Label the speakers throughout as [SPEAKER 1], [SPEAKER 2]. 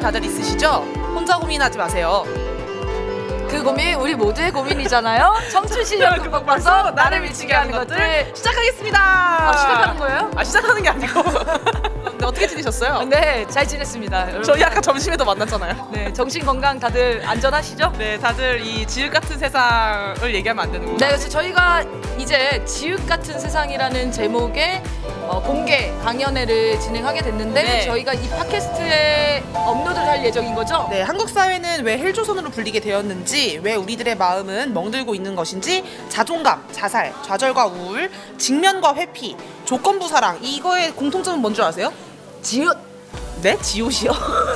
[SPEAKER 1] 다들 있으시죠? 혼자 고민하지 마세요.
[SPEAKER 2] 그 고민 우리 모두의 고민이잖아요. 청춘 시절 극복해서 나를 미치게 하는 것들.
[SPEAKER 1] 시작하겠습니다.
[SPEAKER 2] 아, 시작하는 거예요?
[SPEAKER 1] 아, 시작하는 게 아니고. 근데 어떻게 지내셨어요?
[SPEAKER 2] 네, 잘 지냈습니다. 여러분.
[SPEAKER 1] 저희 아까 점심에도 만났잖아요.
[SPEAKER 2] 네, 정신 건강 다들 안전하시죠?
[SPEAKER 1] 네, 다들 이 지읒 같은 세상을 얘기하면 안 되는구나.
[SPEAKER 2] 네, 그래서 저희가 이제 지읒 같은 세상이라는 제목의 어, 공개 강연회를 진행하게 됐는데
[SPEAKER 1] 네.
[SPEAKER 2] 저희가 이 팟캐스트에 업로드를 할 예정인 거죠?
[SPEAKER 3] 네, 한국 사회는 왜 헬조선으로 불리게 되었는지, 왜 우리들의 마음은 멍들고 있는 것인지, 자존감, 자살, 좌절과 우울, 직면과 회피, 조건부 사랑 이거의 공통점은 뭔 줄 아세요?
[SPEAKER 2] 지읒,
[SPEAKER 3] 네, 지읒이요.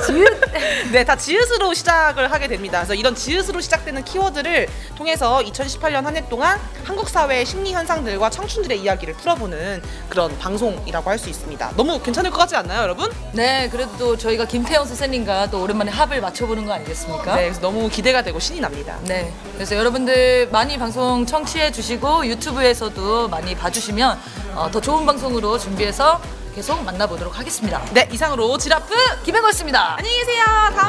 [SPEAKER 2] 지읒.
[SPEAKER 3] 네, 다 지읒으로 시작을 하게 됩니다. 그래서 이런 지읒으로 시작되는 키워드를 통해서 2018년 한 해 동안 한국 사회의 심리 현상들과 청춘들의 이야기를 풀어보는 그런 방송이라고 할 수 있습니다. 너무 괜찮을 것 같지 않나요, 여러분?
[SPEAKER 2] 네, 그래도 저희가 김태형 선생님과 또 오랜만에 합을 맞춰보는 거 아니겠습니까?
[SPEAKER 3] 네, 그래서 너무 기대가 되고 신이 납니다.
[SPEAKER 2] 네. 그래서 여러분들 많이 방송 청취해 주시고 유튜브에서도 많이 봐주시면 어, 더 좋은 방송으로 준비해서 계속 만나보도록 하겠습니다.
[SPEAKER 3] 네, 이상으로 지라
[SPEAKER 2] 지라프 김혜거였습니다.
[SPEAKER 3] 안녕히 계세요. 다음